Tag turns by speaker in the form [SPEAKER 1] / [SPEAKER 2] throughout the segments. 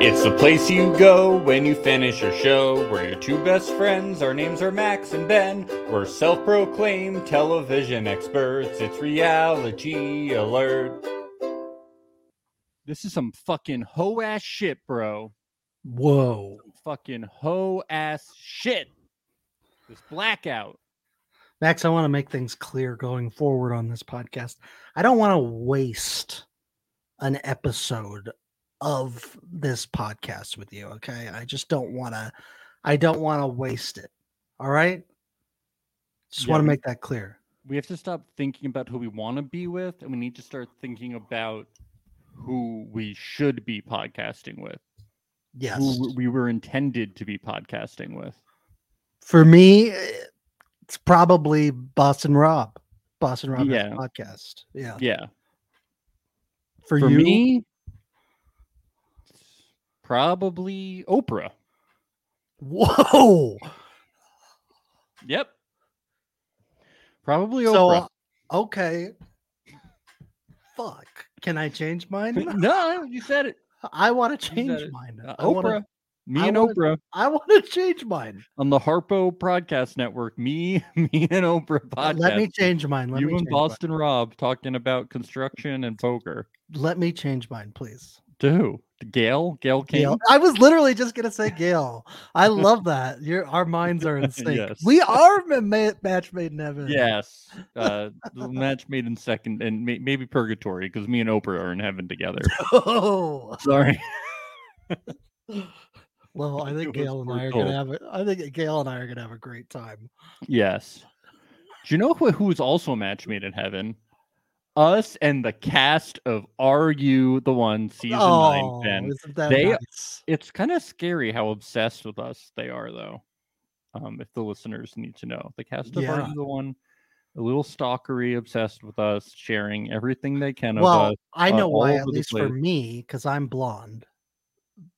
[SPEAKER 1] It's the place you go when you finish your show. We're your two best friends. Our names are Max and Ben. We're self proclaimed television experts. It's reality alert. This is some fucking hoe ass shit, bro.
[SPEAKER 2] Whoa.
[SPEAKER 1] Fucking hoe ass shit. This blackout.
[SPEAKER 2] Max, I want to make things clear going forward on this podcast. I don't want to waste an episode of this podcast with you, okay? I just don't want to I don't want to waste it. All right? Just
[SPEAKER 1] Yeah,
[SPEAKER 2] want to
[SPEAKER 1] we-
[SPEAKER 2] make that clear.
[SPEAKER 1] We have to stop thinking about who we want to be with, and we need to start thinking about who we should be podcasting with.
[SPEAKER 2] Yes.
[SPEAKER 1] who w- we were intended to be podcasting with.
[SPEAKER 2] For me, eh, it's probably Boston Rob. Boston Rob has a
[SPEAKER 1] Yeah.
[SPEAKER 2] podcast. Yeah.
[SPEAKER 1] Yeah.
[SPEAKER 2] Uh, For,
[SPEAKER 1] For
[SPEAKER 2] you,
[SPEAKER 1] me, probably Oprah.
[SPEAKER 2] whoa.
[SPEAKER 1] Yep. Probably
[SPEAKER 2] So
[SPEAKER 1] Oprah.
[SPEAKER 2] okay. Fuck. Can I change mine?
[SPEAKER 1] no, you said it.
[SPEAKER 2] I want to
[SPEAKER 1] said
[SPEAKER 2] change
[SPEAKER 1] it.
[SPEAKER 2] mine.
[SPEAKER 1] Uh,
[SPEAKER 2] I wanna-
[SPEAKER 1] Oprah. Me
[SPEAKER 2] I
[SPEAKER 1] and
[SPEAKER 2] wanna-
[SPEAKER 1] Oprah
[SPEAKER 2] I want to change mine.
[SPEAKER 1] on the Harpo Podcast Network. Me, me and Oprah
[SPEAKER 2] Uh,
[SPEAKER 1] podcast.
[SPEAKER 2] Let me change mine. Let
[SPEAKER 1] you
[SPEAKER 2] me
[SPEAKER 1] and
[SPEAKER 2] change mine.
[SPEAKER 1] Boston Rob talking about construction and poker.
[SPEAKER 2] Let me change mine, please.
[SPEAKER 1] To who? To Gail? Gail King?
[SPEAKER 2] Gail. I was literally just gonna say Gail. I love that. Your our minds are in sync.
[SPEAKER 1] Yes.
[SPEAKER 2] We are ma- ma- match made in heaven.
[SPEAKER 1] Yes, uh, the match made in second, and may- maybe purgatory because me and Oprah are in heaven together.
[SPEAKER 2] Oh.
[SPEAKER 1] Sorry,
[SPEAKER 2] Well, I think
[SPEAKER 1] It was
[SPEAKER 2] Gail and I are
[SPEAKER 1] brutal.
[SPEAKER 2] gonna have. A, I think Gail and I are gonna have a great time.
[SPEAKER 1] yes. Do you know who who's also match made in heaven? Us and the cast of Are You the One season
[SPEAKER 2] oh,
[SPEAKER 1] nine. Ben.
[SPEAKER 2] isn't that
[SPEAKER 1] They-
[SPEAKER 2] nice?
[SPEAKER 1] It's kind of scary how obsessed with us they are, though. Um, if the listeners need to know, the cast of Are
[SPEAKER 2] Yeah.
[SPEAKER 1] You the One, a little stalkery, obsessed with us, sharing everything they can of
[SPEAKER 2] Well,
[SPEAKER 1] us.
[SPEAKER 2] I
[SPEAKER 1] uh,
[SPEAKER 2] know
[SPEAKER 1] all
[SPEAKER 2] why,
[SPEAKER 1] over
[SPEAKER 2] at
[SPEAKER 1] the
[SPEAKER 2] least for
[SPEAKER 1] place.
[SPEAKER 2] me, because I'm blonde.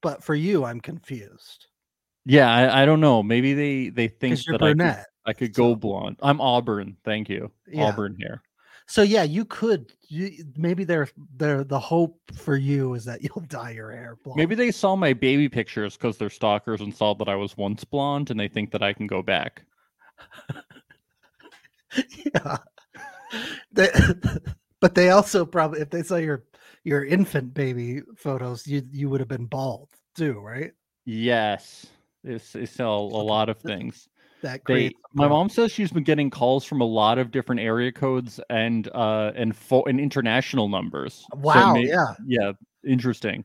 [SPEAKER 2] But for you, I'm confused
[SPEAKER 1] Yeah, I, I don't know. Maybe they they think
[SPEAKER 2] because
[SPEAKER 1] that I
[SPEAKER 2] you're
[SPEAKER 1] could
[SPEAKER 2] brunette.
[SPEAKER 1] I could
[SPEAKER 2] So-
[SPEAKER 1] go blonde. I'm Auburn. Thank you.
[SPEAKER 2] Yeah.
[SPEAKER 1] Auburn hair.
[SPEAKER 2] So yeah, you could. You, maybe they're, they're the hope for you is that you'll dye your hair blonde.
[SPEAKER 1] Maybe they saw my baby pictures because they're stalkers and saw that I was once blonde and they think that I can go back.
[SPEAKER 2] yeah. they, but they also probably if they saw your your infant baby photos, you you would have been bald too, right?
[SPEAKER 1] Yes. It's, they sell a lot of things.
[SPEAKER 2] That
[SPEAKER 1] They,
[SPEAKER 2] great.
[SPEAKER 1] my mom says she's been getting calls from a lot of different area codes and uh and fo- and international numbers. So it
[SPEAKER 2] Wow.
[SPEAKER 1] may-
[SPEAKER 2] yeah.
[SPEAKER 1] yeah, interesting.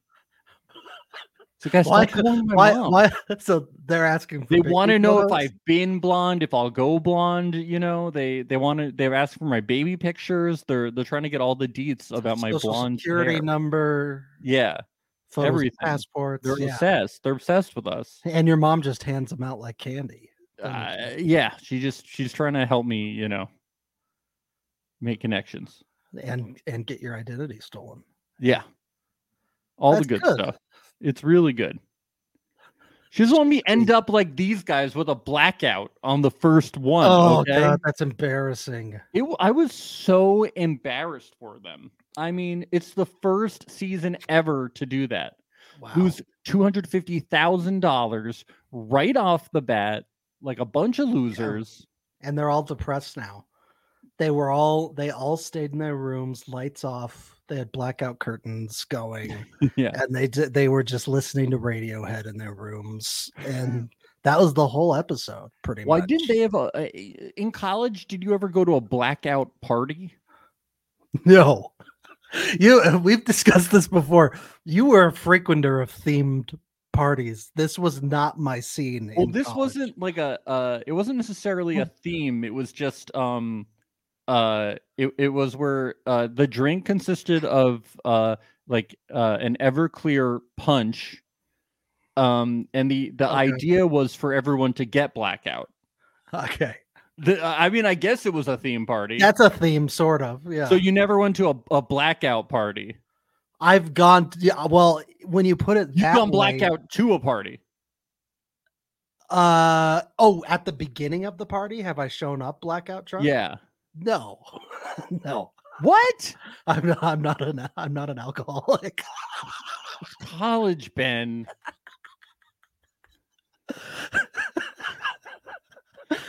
[SPEAKER 1] So guys,
[SPEAKER 2] Why-
[SPEAKER 1] stop calling my
[SPEAKER 2] Why?
[SPEAKER 1] mom.
[SPEAKER 2] Why? So they're asking. For
[SPEAKER 1] they
[SPEAKER 2] baby
[SPEAKER 1] want to know if
[SPEAKER 2] photos?
[SPEAKER 1] I've been blonde, if I'll go blonde. You know, they they want to. They're asking for my baby pictures. They're they're trying to get all the deets about my
[SPEAKER 2] Social
[SPEAKER 1] blonde
[SPEAKER 2] security
[SPEAKER 1] hair.
[SPEAKER 2] number,
[SPEAKER 1] Yeah,
[SPEAKER 2] photos, of
[SPEAKER 1] everything.
[SPEAKER 2] passports.
[SPEAKER 1] they're
[SPEAKER 2] Yeah.
[SPEAKER 1] obsessed. They're obsessed with us.
[SPEAKER 2] And your mom just hands them out like candy.
[SPEAKER 1] Uh,
[SPEAKER 2] Understand.
[SPEAKER 1] yeah, she just she's trying to help me. You know, make connections.
[SPEAKER 2] and and get your identity stolen.
[SPEAKER 1] Yeah, all
[SPEAKER 2] That's
[SPEAKER 1] the good,
[SPEAKER 2] good.
[SPEAKER 1] stuff. It's really good. She doesn't want me to end up like these guys with a blackout on the first one.
[SPEAKER 2] Oh
[SPEAKER 1] okay?
[SPEAKER 2] god, that's embarrassing.
[SPEAKER 1] It, w- I was so embarrassed for them. I mean, it's the first season ever to do that.
[SPEAKER 2] Wow.
[SPEAKER 1] Lose two hundred fifty thousand dollars right off the bat, like a bunch of losers.
[SPEAKER 2] and they're all depressed now. They were all they all stayed in their rooms, lights off. They had blackout curtains going,
[SPEAKER 1] Yeah,
[SPEAKER 2] and they did, they were just listening to Radiohead in their rooms, and that was the whole episode, pretty
[SPEAKER 1] why
[SPEAKER 2] much.
[SPEAKER 1] didn't they have a, a- in college? Did you ever go to a blackout party?
[SPEAKER 2] No, you uh, we've discussed this before. You were a frequenter of themed parties. This was not my scene.
[SPEAKER 1] Well,
[SPEAKER 2] in
[SPEAKER 1] this
[SPEAKER 2] college.
[SPEAKER 1] wasn't like a. Uh, it wasn't necessarily
[SPEAKER 2] Hmm.
[SPEAKER 1] a theme. It was just um, uh, it it was where uh the drink consisted of uh like uh an Everclear punch, um, and the the
[SPEAKER 2] Okay.
[SPEAKER 1] idea was for everyone to get blackout.
[SPEAKER 2] okay.
[SPEAKER 1] The, I mean, I guess it was a theme party.
[SPEAKER 2] That's a theme, sort of. Yeah.
[SPEAKER 1] So you never went to a, a blackout party.
[SPEAKER 2] I've gone. Yeah, well, when you put it
[SPEAKER 1] You've
[SPEAKER 2] that
[SPEAKER 1] gone
[SPEAKER 2] way-
[SPEAKER 1] blackout to a party.
[SPEAKER 2] Uh oh, at the beginning of the party, have I shown up blackout drunk?
[SPEAKER 1] Yeah.
[SPEAKER 2] No. no.
[SPEAKER 1] What?
[SPEAKER 2] I'm not I'm not an I'm not an alcoholic.
[SPEAKER 1] college, Ben.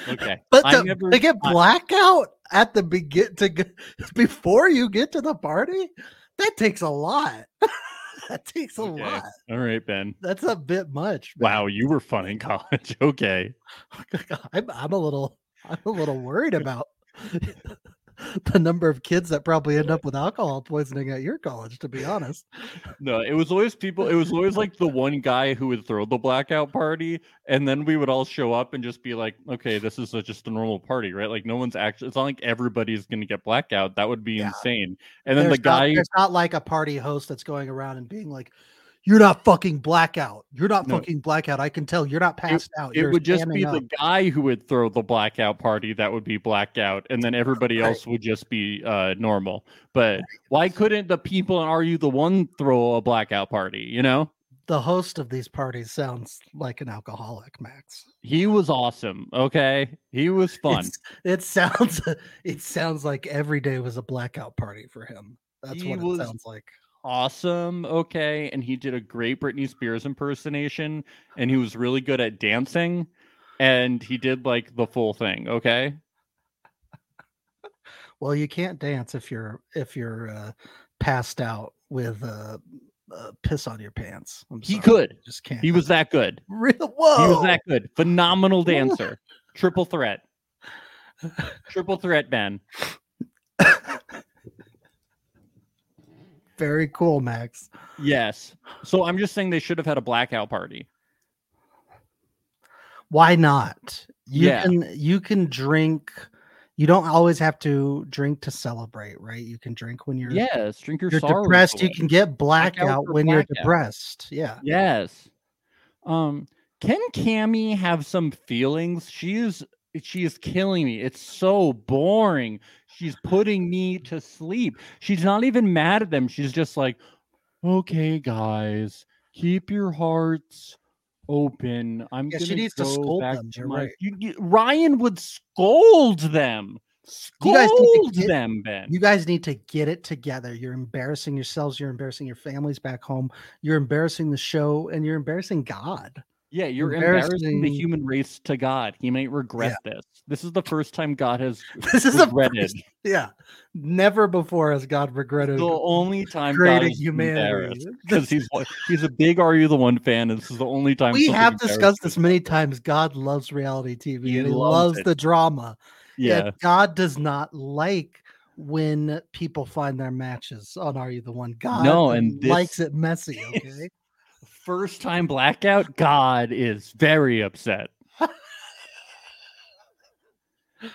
[SPEAKER 1] Okay.
[SPEAKER 2] But
[SPEAKER 1] I
[SPEAKER 2] the,
[SPEAKER 1] never-
[SPEAKER 2] they get
[SPEAKER 1] I-
[SPEAKER 2] blackout at the begin to g- before you get to the party. That takes a lot. that takes a
[SPEAKER 1] Okay.
[SPEAKER 2] lot.
[SPEAKER 1] All right, Ben.
[SPEAKER 2] That's a bit much. man.
[SPEAKER 1] Wow, you were fun in college. Okay.
[SPEAKER 2] I'm, I'm a little I'm a little worried about the number of kids that probably end up with alcohol poisoning at your college. To be honest,
[SPEAKER 1] No, it was always people. It was always like the one guy who would throw the blackout party, and then we would all show up and just be like, "Okay, this is a, just a normal party, right? Like no one's actually. It's not like everybody's going to get blackout. That would be
[SPEAKER 2] Yeah.
[SPEAKER 1] insane." And then
[SPEAKER 2] There's
[SPEAKER 1] the
[SPEAKER 2] not-
[SPEAKER 1] guy,
[SPEAKER 2] there's not like a party host that's going around and being like. You're not fucking blackout. You're not
[SPEAKER 1] No.
[SPEAKER 2] fucking blackout. I can tell you're not passed out.
[SPEAKER 1] it
[SPEAKER 2] You're
[SPEAKER 1] would just be
[SPEAKER 2] standing up."
[SPEAKER 1] the guy who would throw the blackout party. That would be blackout, and then everybody
[SPEAKER 2] Right.
[SPEAKER 1] else would just be uh, normal. But why couldn't the people in RU the one throw a blackout party? You know.
[SPEAKER 2] the host of these parties sounds like an alcoholic, Max.
[SPEAKER 1] He was awesome. Okay. He was fun.
[SPEAKER 2] It's- it sounds it sounds like every day was a blackout party for him. That's
[SPEAKER 1] He
[SPEAKER 2] what it
[SPEAKER 1] was-
[SPEAKER 2] sounds like.
[SPEAKER 1] awesome. Okay. And he did a great Britney Spears impersonation and he was really good at dancing and he did like the full thing. Okay.
[SPEAKER 2] Well, you can't dance if you're if you're uh, passed out with uh, uh, piss on your pants. I'm
[SPEAKER 1] He
[SPEAKER 2] sorry,
[SPEAKER 1] could.
[SPEAKER 2] you just can't.
[SPEAKER 1] He was that good.
[SPEAKER 2] real. Whoa,
[SPEAKER 1] He was that good. Phenomenal dancer. Triple threat. Triple threat, Ben.
[SPEAKER 2] very cool, Max.
[SPEAKER 1] Yes. So I'm just saying they should have had a blackout party.
[SPEAKER 2] Why not? You
[SPEAKER 1] Yeah.
[SPEAKER 2] can you can drink. You don't always have to drink to celebrate, right? You can drink when you're
[SPEAKER 1] Yes. Drink your
[SPEAKER 2] you're
[SPEAKER 1] sorrows
[SPEAKER 2] depressed, you
[SPEAKER 1] away.
[SPEAKER 2] can get blackout
[SPEAKER 1] for
[SPEAKER 2] when
[SPEAKER 1] blackout.
[SPEAKER 2] you're depressed. Yeah.
[SPEAKER 1] Yes. Um, can Cammy have some feelings? She is she is killing me. It's so boring. She's putting me to sleep. She's not even mad at them. She's just like, okay, guys, keep your hearts open. I'm
[SPEAKER 2] Yeah,
[SPEAKER 1] gonna
[SPEAKER 2] she needs to
[SPEAKER 1] go
[SPEAKER 2] scold
[SPEAKER 1] back
[SPEAKER 2] them.
[SPEAKER 1] to
[SPEAKER 2] You're
[SPEAKER 1] my-"
[SPEAKER 2] right.
[SPEAKER 1] You- you- Ryan would scold them.
[SPEAKER 2] You guys need to
[SPEAKER 1] Scold
[SPEAKER 2] get-
[SPEAKER 1] them, Ben.
[SPEAKER 2] You guys need to get it together. You're embarrassing yourselves, you're embarrassing your families back home, you're embarrassing the show, and you're embarrassing God.
[SPEAKER 1] Yeah, you're embarrassing the
[SPEAKER 2] embarrassing-
[SPEAKER 1] human race to God. He might regret this. This is the first time God has
[SPEAKER 2] This is a
[SPEAKER 1] regretted.
[SPEAKER 2] first- yeah. Never before has God regretted
[SPEAKER 1] the only time God
[SPEAKER 2] creating
[SPEAKER 1] is
[SPEAKER 2] humanity.
[SPEAKER 1] because he's he's a big Are You the One fan. And this is the only time
[SPEAKER 2] We
[SPEAKER 1] something
[SPEAKER 2] have discussed
[SPEAKER 1] embarrassing-
[SPEAKER 2] this many times. God loves reality TV
[SPEAKER 1] He
[SPEAKER 2] and he
[SPEAKER 1] loves
[SPEAKER 2] loves
[SPEAKER 1] it.
[SPEAKER 2] the drama.
[SPEAKER 1] Yeah,
[SPEAKER 2] that God does not like when people find their matches on Are You the One? God
[SPEAKER 1] No, and this-
[SPEAKER 2] likes it messy. Okay.
[SPEAKER 1] first time blackout. God is very upset.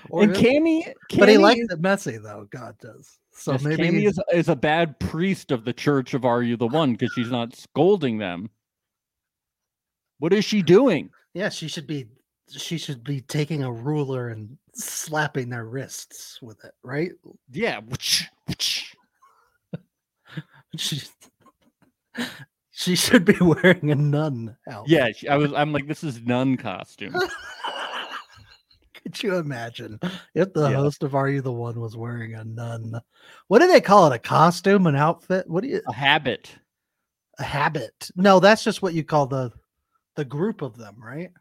[SPEAKER 2] Or
[SPEAKER 1] and
[SPEAKER 2] is-
[SPEAKER 1] Cammy, Cammy,
[SPEAKER 2] but he likes it messy though. God does. So
[SPEAKER 1] yes,
[SPEAKER 2] maybe
[SPEAKER 1] Cammy
[SPEAKER 2] he's-
[SPEAKER 1] is, is a bad priest of the Church of Are You the One because she's not scolding them. What is she doing?
[SPEAKER 2] yeah, she should be she should be taking a ruler and slapping their wrists with it, right?
[SPEAKER 1] Yeah. whoosh, whoosh.
[SPEAKER 2] She, she should be wearing a nun outfit.
[SPEAKER 1] Yeah, she- I was. I'm like, this is nun costume.
[SPEAKER 2] Could you imagine if the
[SPEAKER 1] Yeah.
[SPEAKER 2] host of Are You the One was wearing a nun? What do they call it? A costume, an outfit? What do you
[SPEAKER 1] a habit.
[SPEAKER 2] a habit? No, that's just what you call the the group of them, right?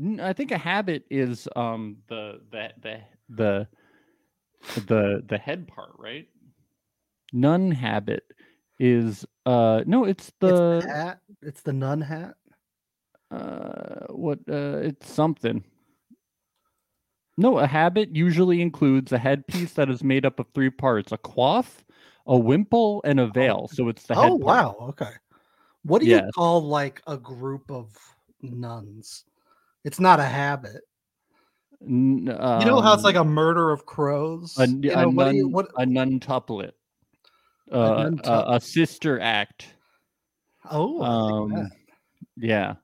[SPEAKER 1] N- I think a habit is um the the the the the the head part, right? Nun habit is uh no, it's the,
[SPEAKER 2] it's the hat. It's the nun hat.
[SPEAKER 1] uh what uh it's something. No, a habit usually includes a headpiece that is made up of three parts: a coif, a wimple, and a veil. So it's the head.
[SPEAKER 2] Oh
[SPEAKER 1] part.
[SPEAKER 2] wow, okay. What do
[SPEAKER 1] Yes.
[SPEAKER 2] you call like a group of nuns? It's not a habit.
[SPEAKER 1] N-
[SPEAKER 2] You know how it's
[SPEAKER 1] um,
[SPEAKER 2] like a murder of crows.
[SPEAKER 1] a,
[SPEAKER 2] You
[SPEAKER 1] a
[SPEAKER 2] know, what do
[SPEAKER 1] nun,
[SPEAKER 2] you- what-
[SPEAKER 1] a nuntuplet, uh, a,
[SPEAKER 2] nuntuplet.
[SPEAKER 1] a sister act.
[SPEAKER 2] oh, I like
[SPEAKER 1] um,
[SPEAKER 2] that.
[SPEAKER 1] Yeah.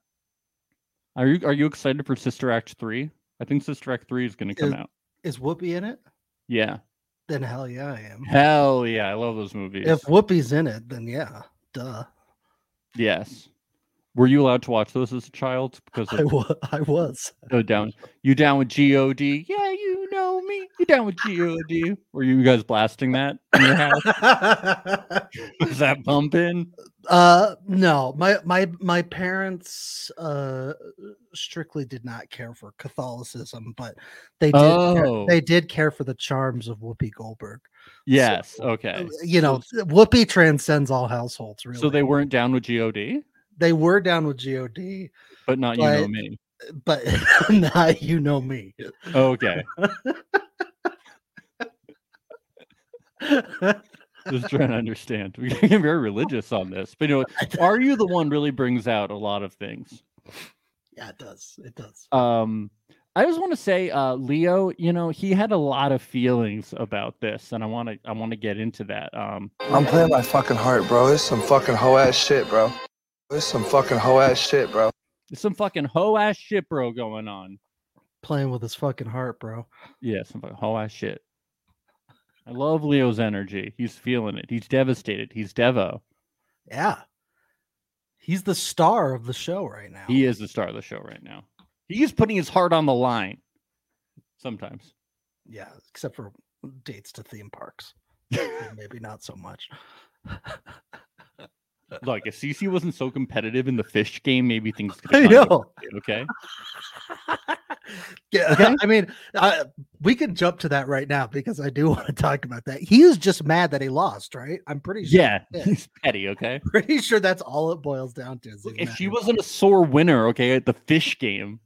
[SPEAKER 1] Are you are you excited for Sister Act three? I think Sister Act three is going to come
[SPEAKER 2] Is-
[SPEAKER 1] out.
[SPEAKER 2] is Whoopi in it?
[SPEAKER 1] Yeah.
[SPEAKER 2] Then hell yeah, I am.
[SPEAKER 1] Hell yeah! I love those movies.
[SPEAKER 2] If Whoopi's in it, then yeah, duh.
[SPEAKER 1] yes. Were you allowed to watch those as a child? Because
[SPEAKER 2] I
[SPEAKER 1] of
[SPEAKER 2] was. I was.
[SPEAKER 1] so down. You down with God? Yeah, you know me? You down with G.O.D.? Were you guys blasting that in your house? Was that pumping?
[SPEAKER 2] uh no my my my parents uh strictly did not care for catholicism but they did care,
[SPEAKER 1] Oh.
[SPEAKER 2] they did care for the charms of whoopi goldberg
[SPEAKER 1] Yes.
[SPEAKER 2] Uh,
[SPEAKER 1] okay.
[SPEAKER 2] you know whoopi transcends all households really
[SPEAKER 1] So they weren't down with G.O.D.,
[SPEAKER 2] they were down with god
[SPEAKER 1] but not you know
[SPEAKER 2] But-
[SPEAKER 1] me.
[SPEAKER 2] but nah, you know me
[SPEAKER 1] Okay. Just trying to understand. We're getting very religious on this. But you know, are you the one really brings out a lot of things?
[SPEAKER 2] yeah it does it does
[SPEAKER 1] um i just want to say uh leo you know he had a lot of feelings about this and i want to i want to get into that um
[SPEAKER 3] I'm playing my fucking heart, bro. It's some fucking hoe ass shit, bro. It's some fucking hoe ass shit, bro.
[SPEAKER 1] there's some fucking hoe ass shit bro going on
[SPEAKER 2] playing with his fucking heart bro
[SPEAKER 1] yeah some fucking hoe ass shit i love leo's energy he's feeling it he's devastated he's devo
[SPEAKER 2] yeah he's the star of the show right now
[SPEAKER 1] he is the star of the show right now he's putting his heart on the line sometimes
[SPEAKER 2] yeah except for dates to theme parks maybe not so much Uh,
[SPEAKER 1] look if cc wasn't so competitive in the fish game maybe things could
[SPEAKER 2] I
[SPEAKER 1] have gone
[SPEAKER 2] know.
[SPEAKER 1] differently, okay
[SPEAKER 2] yeah,
[SPEAKER 1] Okay.
[SPEAKER 2] I mean, I, we can jump to that right now because I do want to talk about that. He is just mad that he lost, right? I'm pretty sure,
[SPEAKER 1] yeah
[SPEAKER 2] Yeah.
[SPEAKER 1] he's petty okay
[SPEAKER 2] pretty sure that's all it boils down to. is
[SPEAKER 1] Look,
[SPEAKER 2] he's
[SPEAKER 1] if
[SPEAKER 2] mad
[SPEAKER 1] she
[SPEAKER 2] he
[SPEAKER 1] wasn't a sore winner, okay, at the fish game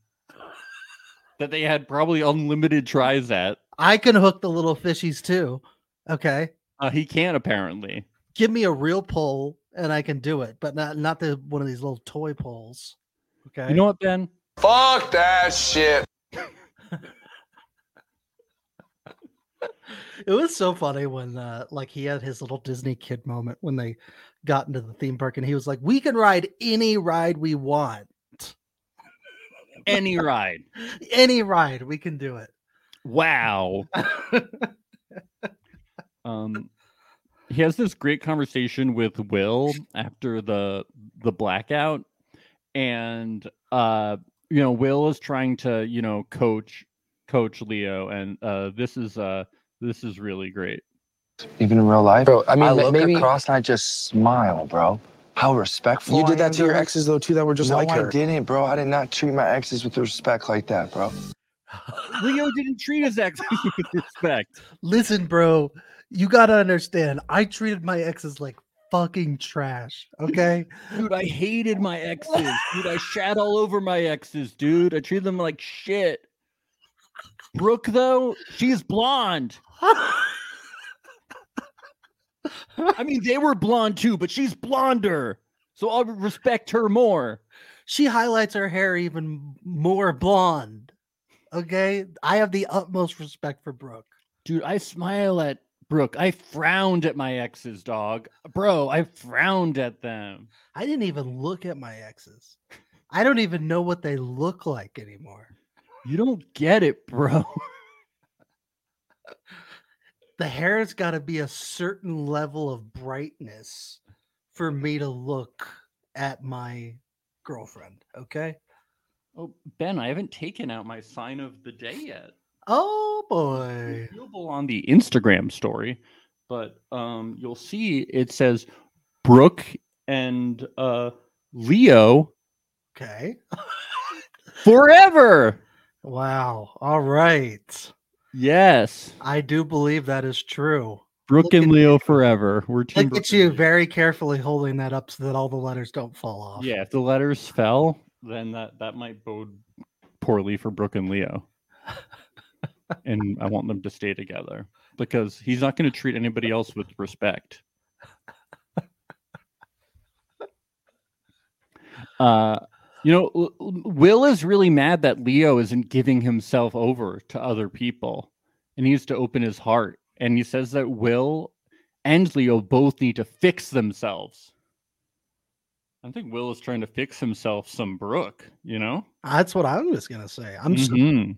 [SPEAKER 1] that they had probably unlimited tries at,
[SPEAKER 2] I can hook the little fishies too. Okay,
[SPEAKER 1] uh, he can't apparently.
[SPEAKER 2] give me a real pole and I can do it, but not not the one of these little toy poles. Okay,
[SPEAKER 1] You know what, Ben?
[SPEAKER 3] Fuck that shit.
[SPEAKER 2] it was so funny when uh like he had his little disney kid moment when they got into the theme park and he was like we can ride any ride we want
[SPEAKER 1] Any ride.
[SPEAKER 2] any ride we can do it
[SPEAKER 1] Wow. Um, he has this great conversation with Will after the the blackout, and uh, you know, Will is trying to you know coach coach Leo, and uh, this is uh this is really great.
[SPEAKER 4] even in real life.
[SPEAKER 3] Bro, I mean,
[SPEAKER 4] I
[SPEAKER 3] ma-
[SPEAKER 4] look
[SPEAKER 3] maybe
[SPEAKER 4] across and I just smile, bro.
[SPEAKER 3] how respectful
[SPEAKER 4] You did
[SPEAKER 3] I
[SPEAKER 4] that
[SPEAKER 3] am
[SPEAKER 4] to your
[SPEAKER 3] her.
[SPEAKER 4] exes, though, too, that were just
[SPEAKER 3] no,
[SPEAKER 4] like
[SPEAKER 3] I
[SPEAKER 4] her.
[SPEAKER 3] didn't, bro. I did not treat my exes with respect like that, bro.
[SPEAKER 1] Leo didn't treat his ex with respect.
[SPEAKER 2] listen bro you gotta understand i treated my exes like fucking trash okay
[SPEAKER 1] Dude, I hated my exes. Dude, I shat all over my exes, dude. I treated them like shit. Brooke, though, she's blonde. I mean, they were blonde too, but she's blonder. So I'll respect her more.
[SPEAKER 2] she highlights her hair even more blonde okay i have the utmost respect for brooke
[SPEAKER 1] Dude, I smile at Brooke. I frowned at my exes, dog. Bro, I frowned at them.
[SPEAKER 2] i didn't even look at my exes i don't even know what they look like anymore
[SPEAKER 1] You don't get it, bro.
[SPEAKER 2] the hair's got to be a certain level of brightness for me to look at my girlfriend. Okay.
[SPEAKER 1] Oh, Ben, I haven't taken out my sign of the day yet.
[SPEAKER 2] Oh boy.
[SPEAKER 1] available on the Instagram story, but um, you'll see it says Brooke and uh, Leo
[SPEAKER 2] Okay.
[SPEAKER 1] forever.
[SPEAKER 2] Wow. All right.
[SPEAKER 1] Yes,
[SPEAKER 2] I do believe that is true.
[SPEAKER 1] Brooke
[SPEAKER 2] Look
[SPEAKER 1] and
[SPEAKER 2] at
[SPEAKER 1] Leo forever. We're team.
[SPEAKER 2] Look
[SPEAKER 1] Brooke
[SPEAKER 2] at
[SPEAKER 1] and
[SPEAKER 2] you
[SPEAKER 1] Leo.
[SPEAKER 2] very carefully holding that up so that all the letters don't fall off.
[SPEAKER 1] Yeah, if the letters fell, then that that might bode poorly for Brooke and Leo. and I want them to stay together because he's not going to treat anybody else with respect. Uh, you know, L- L- Will is really mad that Leo isn't giving himself over to other people and he needs to open his heart. And he says that Will and Leo both need to fix themselves. I think Will is trying to fix himself some Brooke, you know?
[SPEAKER 2] That's what I was going to say. I'm
[SPEAKER 1] Mhm.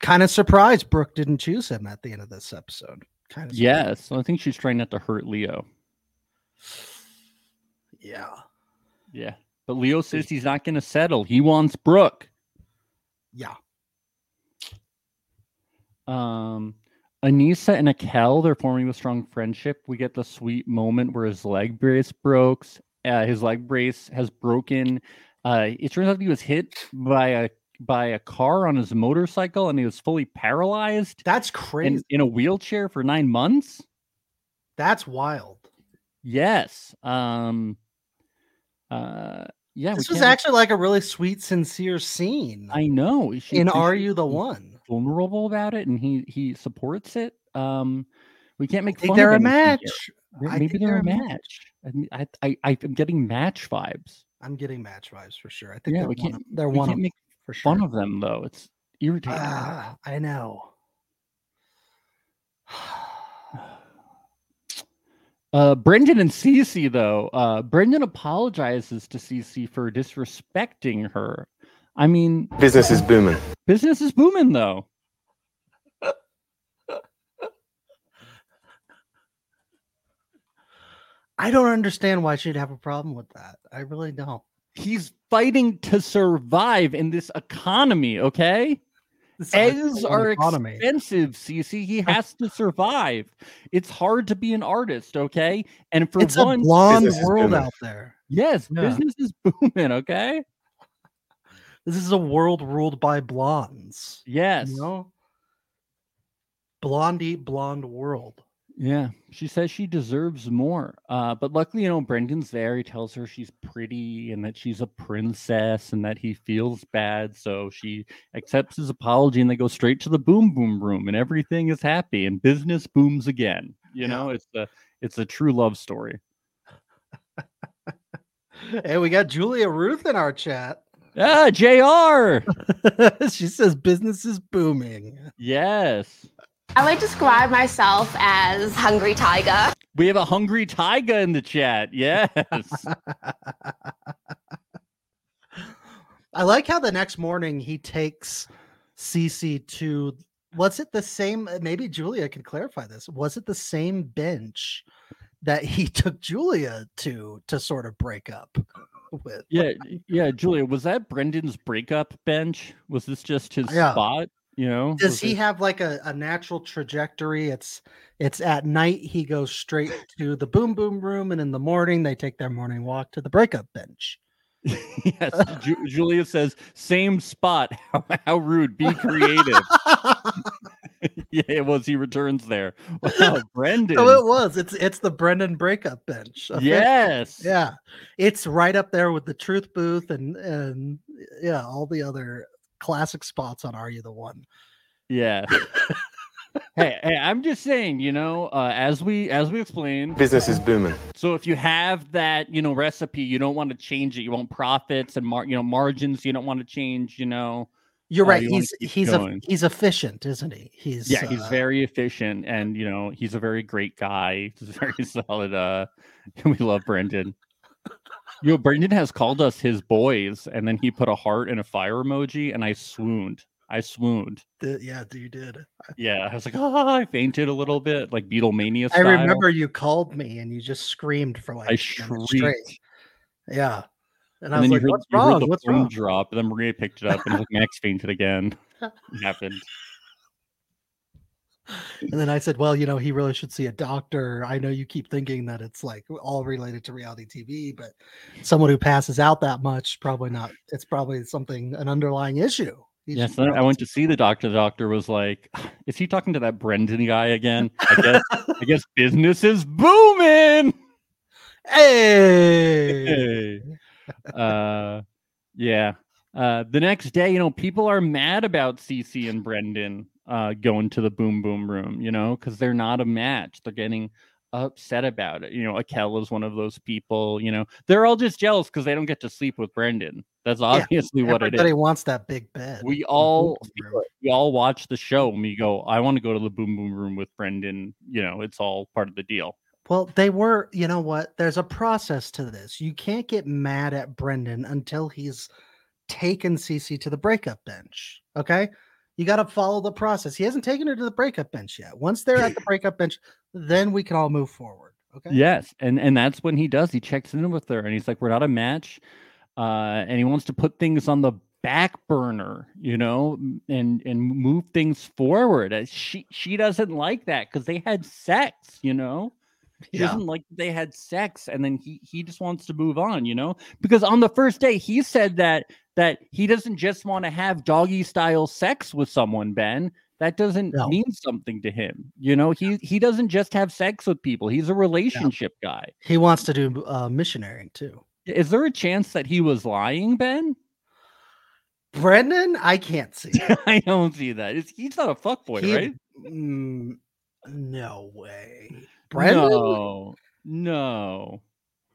[SPEAKER 2] kind of surprised Brooke didn't choose him at the end of this episode. Kind of.
[SPEAKER 1] Yes. I think she's trying not to hurt Leo.
[SPEAKER 2] Yeah.
[SPEAKER 1] Yeah. But Leo says he's not going to settle. He wants Brooke.
[SPEAKER 2] Yeah.
[SPEAKER 1] Um, Anissa and Akel, they're forming a strong friendship. We get the sweet moment where his leg brace broke. Uh, his leg brace has broken. Uh, it turns out he was hit by a by a car on his motorcycle, and he was fully paralyzed
[SPEAKER 2] That's crazy.
[SPEAKER 1] in, in a wheelchair for nine months.
[SPEAKER 2] That's wild.
[SPEAKER 1] Yes. Um. Uh. Yeah. we
[SPEAKER 2] this was
[SPEAKER 1] can't-
[SPEAKER 2] actually like a really sweet, sincere scene.
[SPEAKER 1] I know. She
[SPEAKER 2] in Are
[SPEAKER 1] appreciates
[SPEAKER 2] You the
[SPEAKER 1] it.
[SPEAKER 2] One?
[SPEAKER 1] vulnerable about it and he he supports it um we can't make
[SPEAKER 2] I think
[SPEAKER 1] fun
[SPEAKER 2] they're
[SPEAKER 1] of
[SPEAKER 2] a
[SPEAKER 1] anything
[SPEAKER 2] match.
[SPEAKER 1] here.
[SPEAKER 2] I
[SPEAKER 1] maybe
[SPEAKER 2] think
[SPEAKER 1] they're, a match, I mean, I, I i i'm getting match vibes
[SPEAKER 2] I'm getting match vibes for sure. I think
[SPEAKER 1] Yeah,
[SPEAKER 2] they're
[SPEAKER 1] we
[SPEAKER 2] one.
[SPEAKER 1] can't-
[SPEAKER 2] Of, they're
[SPEAKER 1] we
[SPEAKER 2] one of
[SPEAKER 1] can't make
[SPEAKER 2] for sure.
[SPEAKER 1] fun of them though it's irritating
[SPEAKER 2] Ah, I know.
[SPEAKER 1] uh brendan and Cece though uh brendan apologizes to Cece for disrespecting her i mean
[SPEAKER 5] Business is booming.
[SPEAKER 1] business is booming though
[SPEAKER 2] I don't understand why she'd have a problem with that. I really don't.
[SPEAKER 1] he's fighting to survive in this economy okay
[SPEAKER 2] This is a
[SPEAKER 1] eggs
[SPEAKER 2] stolen
[SPEAKER 1] are
[SPEAKER 2] economy.
[SPEAKER 1] expensive, Cece. He has to survive. It's hard to be an artist, okay? And for
[SPEAKER 2] It's a
[SPEAKER 1] one,
[SPEAKER 2] blonde
[SPEAKER 5] business is
[SPEAKER 2] world
[SPEAKER 5] booming.
[SPEAKER 2] out there.
[SPEAKER 1] yes,
[SPEAKER 2] Yeah.
[SPEAKER 1] business is booming, okay?
[SPEAKER 2] This is a world ruled by blondes.
[SPEAKER 1] Yes.
[SPEAKER 2] You know? Blondie blonde world.
[SPEAKER 1] Yeah. She says she deserves more. Uh, but luckily, you know, Brendan's there. He tells her she's pretty and that she's a princess and that he feels bad. So she accepts his apology and they go straight to the boom boom room and everything is happy and business booms again. You
[SPEAKER 2] Yeah.
[SPEAKER 1] know, it's a it's a true love story.
[SPEAKER 2] Hey, we got Julia Ruth in our chat.
[SPEAKER 1] Ah, JR.
[SPEAKER 2] she says business is booming.
[SPEAKER 1] Yes.
[SPEAKER 6] I like to describe myself as hungry tiger.
[SPEAKER 1] We have a hungry tiger in the chat. Yes.
[SPEAKER 2] I like how the next morning he takes Cece to was it the same? uh, Maybe Julia can clarify this. Was it the same bench that he took Julia to to sort of break up with?
[SPEAKER 1] yeah. Yeah. Julia, was that Brendan's breakup bench? Was this just his
[SPEAKER 2] Yeah.
[SPEAKER 1] spot? You know?
[SPEAKER 2] Does
[SPEAKER 1] was
[SPEAKER 2] he
[SPEAKER 1] it-
[SPEAKER 2] have like a, a natural trajectory? It's it's at night he goes straight to the boom boom room, and in the morning they take their morning walk to the breakup bench.
[SPEAKER 1] yes. Ju- Julia says, same spot. How, how rude. Be creative. yeah, it was. He returns there. Wow, Brendan.
[SPEAKER 2] so it was. It's it's the Brendan breakup bench. officially.
[SPEAKER 1] yes.
[SPEAKER 2] Yeah, it's right up there with the Truth Booth and and yeah, all the other classic spots on Are You the One?
[SPEAKER 1] Yeah. hey, hey, I'm just saying, you know, uh, as we as we explained,
[SPEAKER 5] Business is booming.
[SPEAKER 1] So if you have that, you know, recipe, you don't want to change it. You want profits and mar- you know margins. You don't want to change. You know,
[SPEAKER 2] You're
[SPEAKER 1] Oh,
[SPEAKER 2] right.
[SPEAKER 1] you wanna
[SPEAKER 2] he's
[SPEAKER 1] keep
[SPEAKER 2] he's a,
[SPEAKER 1] going.
[SPEAKER 2] he's efficient, isn't he? He's
[SPEAKER 1] yeah, he's
[SPEAKER 2] uh,
[SPEAKER 1] very efficient, and you know, he's a very great guy. He's a very solid. Uh, we love Brendan. Yo, Brendan has called us his boys, and then he put a heart and a fire emoji, and I swooned. I swooned.
[SPEAKER 2] th- yeah. You did.
[SPEAKER 1] Yeah, I was like, ah, I fainted a little bit, like Beatlemania
[SPEAKER 2] I
[SPEAKER 1] style.
[SPEAKER 2] remember you called me and you just screamed for like
[SPEAKER 1] I
[SPEAKER 2] a minute straight.
[SPEAKER 1] shrieked.
[SPEAKER 2] Yeah, and, I
[SPEAKER 1] And
[SPEAKER 2] was
[SPEAKER 1] then
[SPEAKER 2] like,
[SPEAKER 1] you heard,
[SPEAKER 2] "What's
[SPEAKER 1] you heard
[SPEAKER 2] wrong?
[SPEAKER 1] the
[SPEAKER 2] What's
[SPEAKER 1] phone
[SPEAKER 2] wrong?"
[SPEAKER 1] drop, and then Maria picked it up, and it was like, Max fainted again. It happened.
[SPEAKER 2] And then I said, "Well, you know, he really should see a doctor. I know you keep thinking that it's like all related to reality TV, but someone who passes out that much probably not. It's probably something an underlying issue." He
[SPEAKER 1] Yes,
[SPEAKER 2] should
[SPEAKER 1] then I
[SPEAKER 2] probably
[SPEAKER 1] went to see the doctor. The doctor was like, "Is he talking to that Brendan guy again?" I guess. I guess business is booming.
[SPEAKER 2] Hey,
[SPEAKER 1] Hey. Uh, yeah. Uh, the next day, you know, people are mad about Cece and Brendan uh, going to the boom boom room. You know, because they're not a match. They're getting upset about it. You know, Akel is one of those people. You know, they're all just jealous because they don't get to sleep with Brendan. That's obviously what it is.
[SPEAKER 2] everybody wants that big bed.
[SPEAKER 1] We
[SPEAKER 2] in the
[SPEAKER 1] all
[SPEAKER 2] boom
[SPEAKER 1] feel
[SPEAKER 2] room.
[SPEAKER 1] it. we all watch the show and we go, I want to go to the boom boom room with Brendan. You know, it's all part of the deal.
[SPEAKER 2] Well, they were. You know what? There's a process to this. You can't get mad at Brendan until he's taken CC to the breakup bench. Okay. You got to follow the process. He hasn't taken her to the breakup bench yet. Once they're at the breakup bench, then we can all move forward. Okay.
[SPEAKER 1] Yes. And and that's when he does. He checks in with her and he's like, We're not a match. Uh, and he wants to put things on the back burner, you know, m- and and move things forward. Uh, She she doesn't like that because they had sex, you know. He
[SPEAKER 2] Yeah.
[SPEAKER 1] doesn't like that they had sex, and then he he just wants to move on, you know. Because on the first day, he said that that he doesn't just want to have doggy style sex with someone, Ben. That doesn't
[SPEAKER 2] No.
[SPEAKER 1] mean something to him. You know, he he doesn't just have sex with people. He's a relationship guy.
[SPEAKER 2] He wants to do uh, missionary too.
[SPEAKER 1] Is there a chance that he was lying, Ben?
[SPEAKER 2] Brendan, I can't see.
[SPEAKER 1] I don't see that. Is- he's not a fuckboy,
[SPEAKER 2] He-
[SPEAKER 1] right?
[SPEAKER 2] Mm, no way. Brendan,
[SPEAKER 1] No. No.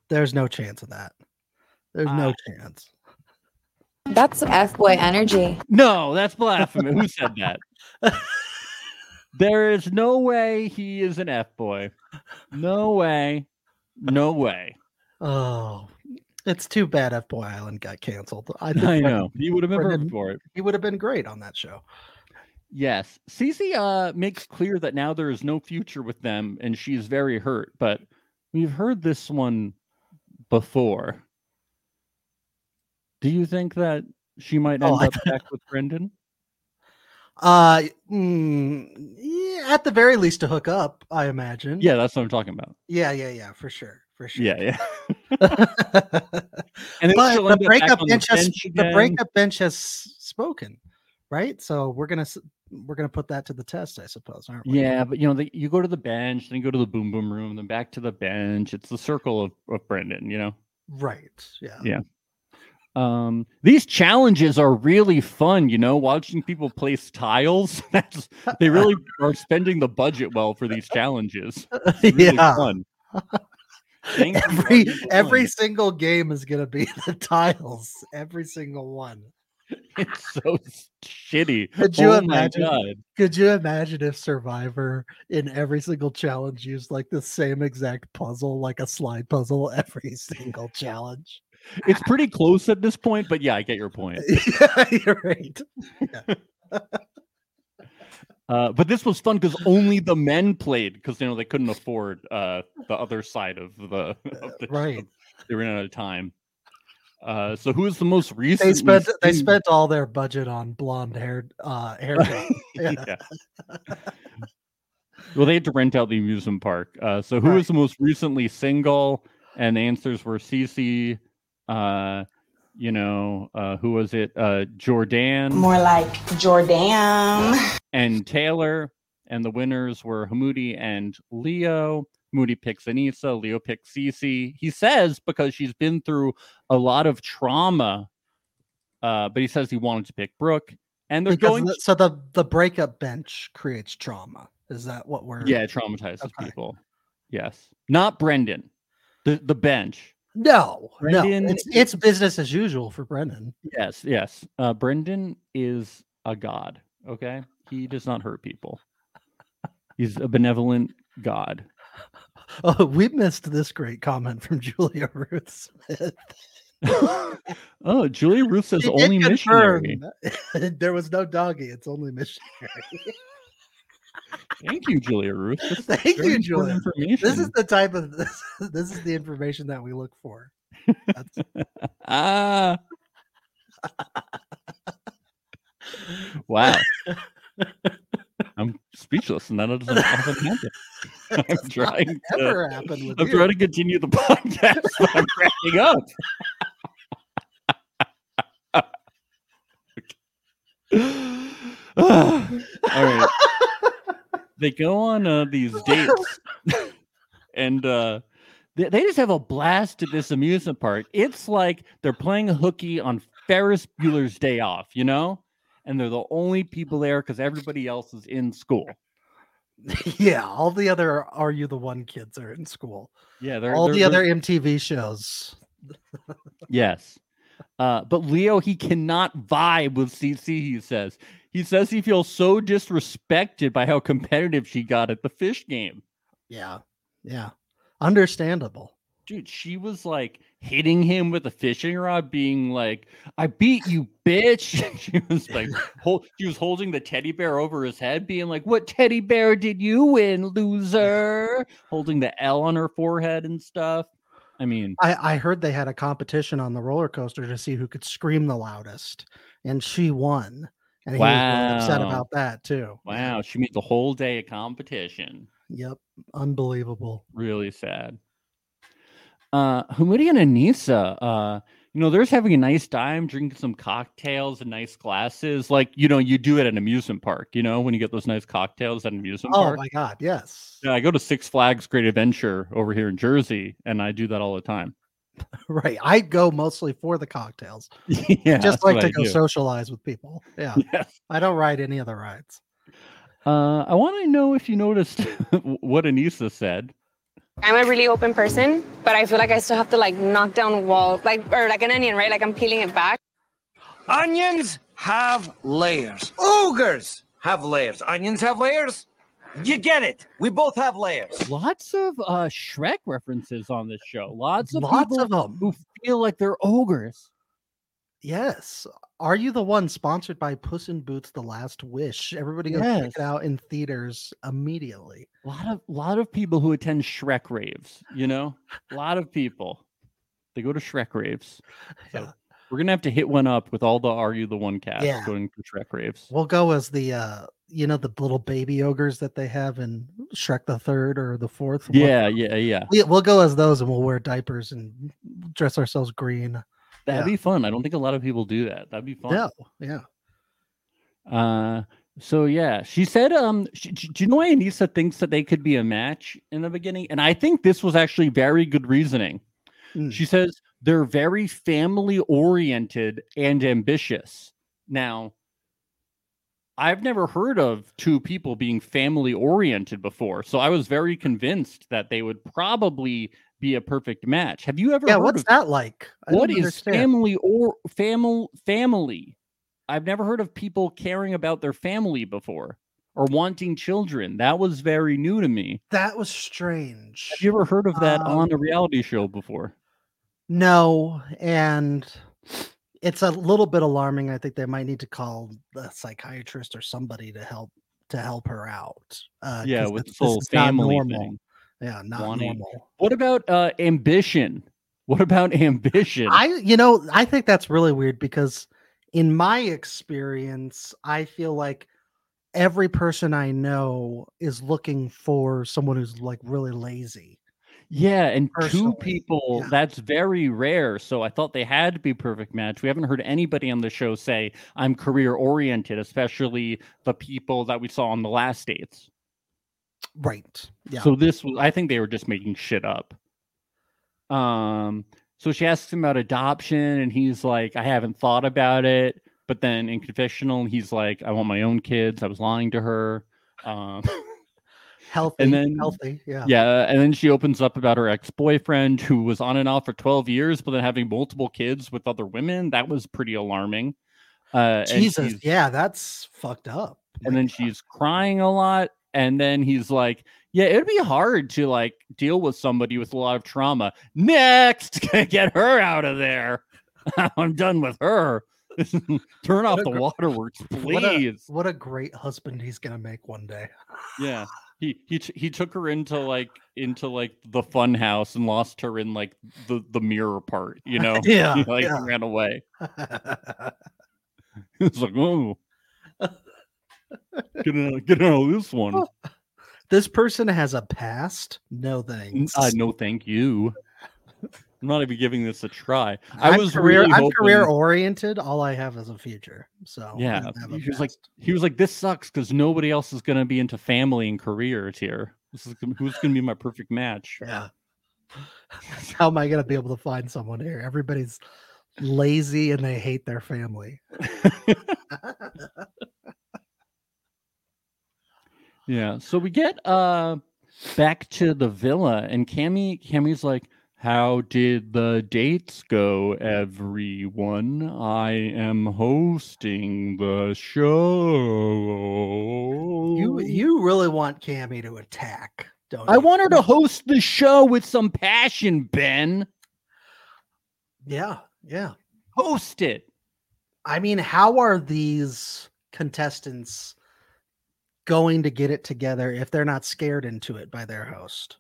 [SPEAKER 2] there's no chance of that. There's no chance.
[SPEAKER 5] That's F boy energy.
[SPEAKER 1] No, that's blasphemy. Who said that? there is no way he is an F boy. No way. No way.
[SPEAKER 2] Oh, it's too bad F Boy Island got canceled. I, think
[SPEAKER 1] I
[SPEAKER 2] Brendan-
[SPEAKER 1] know. He would have been
[SPEAKER 2] Brendan-
[SPEAKER 1] perfect for it.
[SPEAKER 2] he would have been great on that show.
[SPEAKER 1] Yes. Cece uh, makes clear that now there is no future with them and she's very hurt, but we've heard this one before. Do you think that she might end
[SPEAKER 2] Oh, I
[SPEAKER 1] up back with Brendan?
[SPEAKER 2] Uh, mm, yeah, at the very least to hook up, I imagine.
[SPEAKER 1] Yeah, that's what I'm talking about.
[SPEAKER 2] yeah, yeah, yeah, for sure, for sure.
[SPEAKER 1] Yeah, yeah.
[SPEAKER 2] but
[SPEAKER 1] And then she'll end
[SPEAKER 2] the
[SPEAKER 1] up back
[SPEAKER 2] breakup
[SPEAKER 1] on the
[SPEAKER 2] bench has
[SPEAKER 1] bench
[SPEAKER 2] the
[SPEAKER 1] again.
[SPEAKER 2] breakup bench has s- spoken, right? So we're gonna s- we're gonna put that to the test, I suppose, aren't we?
[SPEAKER 1] Yeah, but you know, the, you go to the bench, then you go to the boom boom room, then back to the bench. It's the circle of, of Brendan, you know.
[SPEAKER 2] Right. Yeah.
[SPEAKER 1] Yeah. Um, these challenges are really fun, you know, watching people place tiles. That's they really are spending the budget well for these challenges. It's really
[SPEAKER 2] Yeah.
[SPEAKER 1] fun. Thank you,
[SPEAKER 2] Every
[SPEAKER 1] everyone.
[SPEAKER 2] every single game is gonna be the tiles. Every single one.
[SPEAKER 1] It's so shitty.
[SPEAKER 2] Could you
[SPEAKER 1] oh
[SPEAKER 2] imagine?
[SPEAKER 1] my god.
[SPEAKER 2] Could you imagine if Survivor in every single challenge used like the same exact puzzle, like a slide puzzle, every single challenge?
[SPEAKER 1] It's pretty close at this point, but yeah, I get your point.
[SPEAKER 2] yeah, you're right.
[SPEAKER 1] Uh, but this was fun because only the men played because you know they couldn't afford uh, the other side of the, of the
[SPEAKER 2] Uh, Right.
[SPEAKER 1] They ran out of time. Uh, so who is the most recent?
[SPEAKER 2] They spent they spent all their budget on blonde haired uh hair. dye. Yeah.
[SPEAKER 1] Well, they had to rent out the amusement park. Uh, so who was
[SPEAKER 2] Right.
[SPEAKER 1] the most recently single? And the answers were Cece. Uh, you know uh, who was it? Uh, Jordan.
[SPEAKER 7] More like Jordan.
[SPEAKER 1] and Taylor. And the winners were Hamudi and Leo. Moody picks Anissa, Leo picks Cece. He says because she's been through a lot of trauma, uh, but he says he wanted to pick Brooke. And they're
[SPEAKER 2] Because
[SPEAKER 1] going,
[SPEAKER 2] the- so the the breakup bench creates trauma. Is that what we're
[SPEAKER 1] yeah, it traumatizes
[SPEAKER 2] Okay.
[SPEAKER 1] people. Yes, not Brendan, the the bench.
[SPEAKER 2] No,
[SPEAKER 1] Brendan
[SPEAKER 2] no, it's it's business as usual for Brendan.
[SPEAKER 1] Yes, yes. Uh, Brendan is a god. Okay, he does not hurt people. He's a benevolent god.
[SPEAKER 2] Oh, we missed this great comment from Julia Ruth Smith.
[SPEAKER 1] oh, Julia Ruth says
[SPEAKER 2] She did
[SPEAKER 1] only
[SPEAKER 2] confirm
[SPEAKER 1] missionary.
[SPEAKER 2] there was no doggy. It's only missionary.
[SPEAKER 1] Thank you, Julia Ruth. That's
[SPEAKER 2] Thank
[SPEAKER 1] very
[SPEAKER 2] you,
[SPEAKER 1] important
[SPEAKER 2] Julia.
[SPEAKER 1] Information.
[SPEAKER 2] This is the type of this, this is the information that we look for. That's,
[SPEAKER 1] ah. wow. I'm speechless, and that doesn't often happen. I'm
[SPEAKER 2] does not
[SPEAKER 1] trying to.
[SPEAKER 2] ever happened with
[SPEAKER 1] I'm
[SPEAKER 2] you.
[SPEAKER 1] trying to continue the podcast, but I'm cracking up. Ah, All right. They go on uh, these dates, and uh, they, they just have a blast at this amusement park. It's like they're playing hooky on Ferris Bueller's Day Off, you know? And they're the only people there because everybody else is in school.
[SPEAKER 2] yeah, all the other "Are You the One" kids are in school.
[SPEAKER 1] Yeah, they're
[SPEAKER 2] all
[SPEAKER 1] they're-
[SPEAKER 2] the
[SPEAKER 1] they're-
[SPEAKER 2] other MTV shows.
[SPEAKER 1] Yes. Uh, but Leo, he cannot vibe with CC, he says. He says he feels so disrespected by how competitive she got at the fish game.
[SPEAKER 2] Yeah, yeah, understandable.
[SPEAKER 1] Dude, she was like hitting him with a fishing rod, being like, I beat you, bitch. And she was like, hold, she was holding the teddy bear over his head, being like, What teddy bear did you win, loser? Holding the L on her forehead and stuff. I mean,
[SPEAKER 2] I, I heard they had a competition on the roller coaster to see who could scream the loudest, and she won. And he was really upset
[SPEAKER 1] Wow.
[SPEAKER 2] about that too.
[SPEAKER 1] Wow, she made the whole day a competition.
[SPEAKER 2] Yep. Unbelievable.
[SPEAKER 1] Really sad. Uh Humudi and Anissa, uh, you know, they're just having a nice time, drinking some cocktails and nice glasses. Like, you know, you do at an amusement park, you know, when you get those nice cocktails at an amusement
[SPEAKER 2] Oh
[SPEAKER 1] park.
[SPEAKER 2] my god, yes.
[SPEAKER 1] Yeah, I go to Six Flags Great Adventure over here in Jersey, and I do that all the time.
[SPEAKER 2] Right. I go mostly for the cocktails.
[SPEAKER 1] yeah,
[SPEAKER 2] just
[SPEAKER 1] that's
[SPEAKER 2] like
[SPEAKER 1] what
[SPEAKER 2] to
[SPEAKER 1] I
[SPEAKER 2] go
[SPEAKER 1] do.
[SPEAKER 2] socialize with people. Yeah.
[SPEAKER 1] Yes.
[SPEAKER 2] I don't ride any other rides.
[SPEAKER 1] Uh, I want to know if you noticed what Anissa said.
[SPEAKER 8] I'm a really open person, but I feel like I still have to like knock down walls, like or like an onion, right? Like I'm peeling it back.
[SPEAKER 9] Onions have layers. Ogres have layers. Onions have layers. You get it. We both have layers.
[SPEAKER 1] Lots of uh, Shrek references on this show. Lots of
[SPEAKER 2] Lots
[SPEAKER 1] people
[SPEAKER 2] of them.
[SPEAKER 1] who feel like they're ogres.
[SPEAKER 2] Yes. Are you the one sponsored by Puss in Boots The Last Wish? Everybody go check
[SPEAKER 1] Yes.
[SPEAKER 2] it out in theaters immediately.
[SPEAKER 1] A lot of lot of people who attend Shrek raves. You know, a lot of people they go to Shrek raves. So
[SPEAKER 2] Yeah.
[SPEAKER 1] we're gonna have to hit one up with all the Are You the One cast
[SPEAKER 2] Yeah.
[SPEAKER 1] going to Shrek raves.
[SPEAKER 2] We'll go as the uh you know the little baby ogres that they have in Shrek the Third or the Fourth. one?
[SPEAKER 1] yeah, yeah, yeah.
[SPEAKER 2] We, we'll go as those and we'll wear diapers and dress ourselves green.
[SPEAKER 1] That'd
[SPEAKER 2] Yeah.
[SPEAKER 1] be fun. I don't think a lot of people do that. That'd be fun.
[SPEAKER 2] No, yeah.
[SPEAKER 1] Uh, so yeah, she said, um, sh sh- do you know why Anissa thinks that they could be a match in the beginning? And I think this was actually very good reasoning.
[SPEAKER 2] Mm.
[SPEAKER 1] She says they're very family oriented and ambitious. Now, I've never heard of two people being family oriented before, so I was very convinced that they would probably be a perfect match. Have you ever
[SPEAKER 2] Yeah,
[SPEAKER 1] heard
[SPEAKER 2] what's
[SPEAKER 1] of
[SPEAKER 2] that like? I
[SPEAKER 1] what
[SPEAKER 2] don't
[SPEAKER 1] is
[SPEAKER 2] understand.
[SPEAKER 1] family or family family i've never heard of people caring about their family before or wanting children that was very new to me
[SPEAKER 2] That was strange.
[SPEAKER 1] have you ever heard of that
[SPEAKER 2] Um,
[SPEAKER 1] on a reality show before
[SPEAKER 2] No, and it's a little bit alarming. I think they might need to call a psychiatrist or somebody to help to help her out. Uh,
[SPEAKER 1] yeah
[SPEAKER 2] 'cause
[SPEAKER 1] with
[SPEAKER 2] this-
[SPEAKER 1] this
[SPEAKER 2] this
[SPEAKER 1] whole
[SPEAKER 2] is not
[SPEAKER 1] family
[SPEAKER 2] normal.
[SPEAKER 1] thing
[SPEAKER 2] Yeah, not
[SPEAKER 1] wanting-
[SPEAKER 2] normal.
[SPEAKER 1] what about uh ambition what about ambition
[SPEAKER 2] I, you know, I think that's really weird because in my experience, I feel like every person I know is looking for someone who's like really lazy.
[SPEAKER 1] yeah and
[SPEAKER 2] personally,
[SPEAKER 1] two people
[SPEAKER 2] yeah.
[SPEAKER 1] that's very rare so i thought they had to be perfect match we haven't heard anybody on the show say i'm career oriented especially the people that we saw on the last dates
[SPEAKER 2] Right. Yeah.
[SPEAKER 1] So this was I think they were just making shit up. Um so she asks him about adoption and he's like I haven't thought about it, but then in confessional he's like I want my own kids. I was lying to her. Um
[SPEAKER 2] healthy.
[SPEAKER 1] then-
[SPEAKER 2] healthy. Yeah.
[SPEAKER 1] yeah, and then she opens up about her ex-boyfriend who was on and off for 12 years but then having multiple kids with other women. That was pretty alarming. Uh and
[SPEAKER 2] Jesus.
[SPEAKER 1] she's-
[SPEAKER 2] Yeah, that's fucked up.
[SPEAKER 1] and
[SPEAKER 2] My
[SPEAKER 1] then
[SPEAKER 2] God.
[SPEAKER 1] she's crying a lot and then he's like yeah it'd be hard to like deal with somebody with a lot of trauma next get her out of there i'm done with her turn off
[SPEAKER 2] a
[SPEAKER 1] the
[SPEAKER 2] gr-
[SPEAKER 1] waterworks
[SPEAKER 2] What a-
[SPEAKER 1] please
[SPEAKER 2] What a great husband he's gonna make one day.
[SPEAKER 1] yeah he he t- he took her into like into like the fun house and lost her in like the the mirror part you know
[SPEAKER 2] Yeah,
[SPEAKER 1] He, Oh, like
[SPEAKER 2] yeah.
[SPEAKER 1] ran away it's like oh get out, get out of this one
[SPEAKER 2] this person has a past. No
[SPEAKER 1] N-
[SPEAKER 2] thanks.
[SPEAKER 1] Uh, no, thank you. I'm not even giving this a try. I
[SPEAKER 2] I'm
[SPEAKER 1] was
[SPEAKER 2] career.
[SPEAKER 1] really
[SPEAKER 2] I'm career
[SPEAKER 1] hoping-
[SPEAKER 2] oriented. All I have is a future. So I
[SPEAKER 1] Yeah,
[SPEAKER 2] don't have a
[SPEAKER 1] he was like-
[SPEAKER 2] past.
[SPEAKER 1] He was like, "This sucks because nobody else is going to be into family and careers here. This is gonna- who's going to be my perfect match."
[SPEAKER 2] yeah. How am I gonna be able to find someone here? Everybody's lazy and they hate their family.
[SPEAKER 1] Yeah. So we get uh back to the villa, and Cammy, Cammy's like, "How did the dates go, everyone? I am hosting the show."
[SPEAKER 2] You you really want Cammy to attack, don't
[SPEAKER 1] I
[SPEAKER 2] you?
[SPEAKER 1] want her to host the show with some passion, Ben.
[SPEAKER 2] Yeah, yeah.
[SPEAKER 1] Host it.
[SPEAKER 2] I mean, how are these contestants going to get it together if they're not scared into it by their host?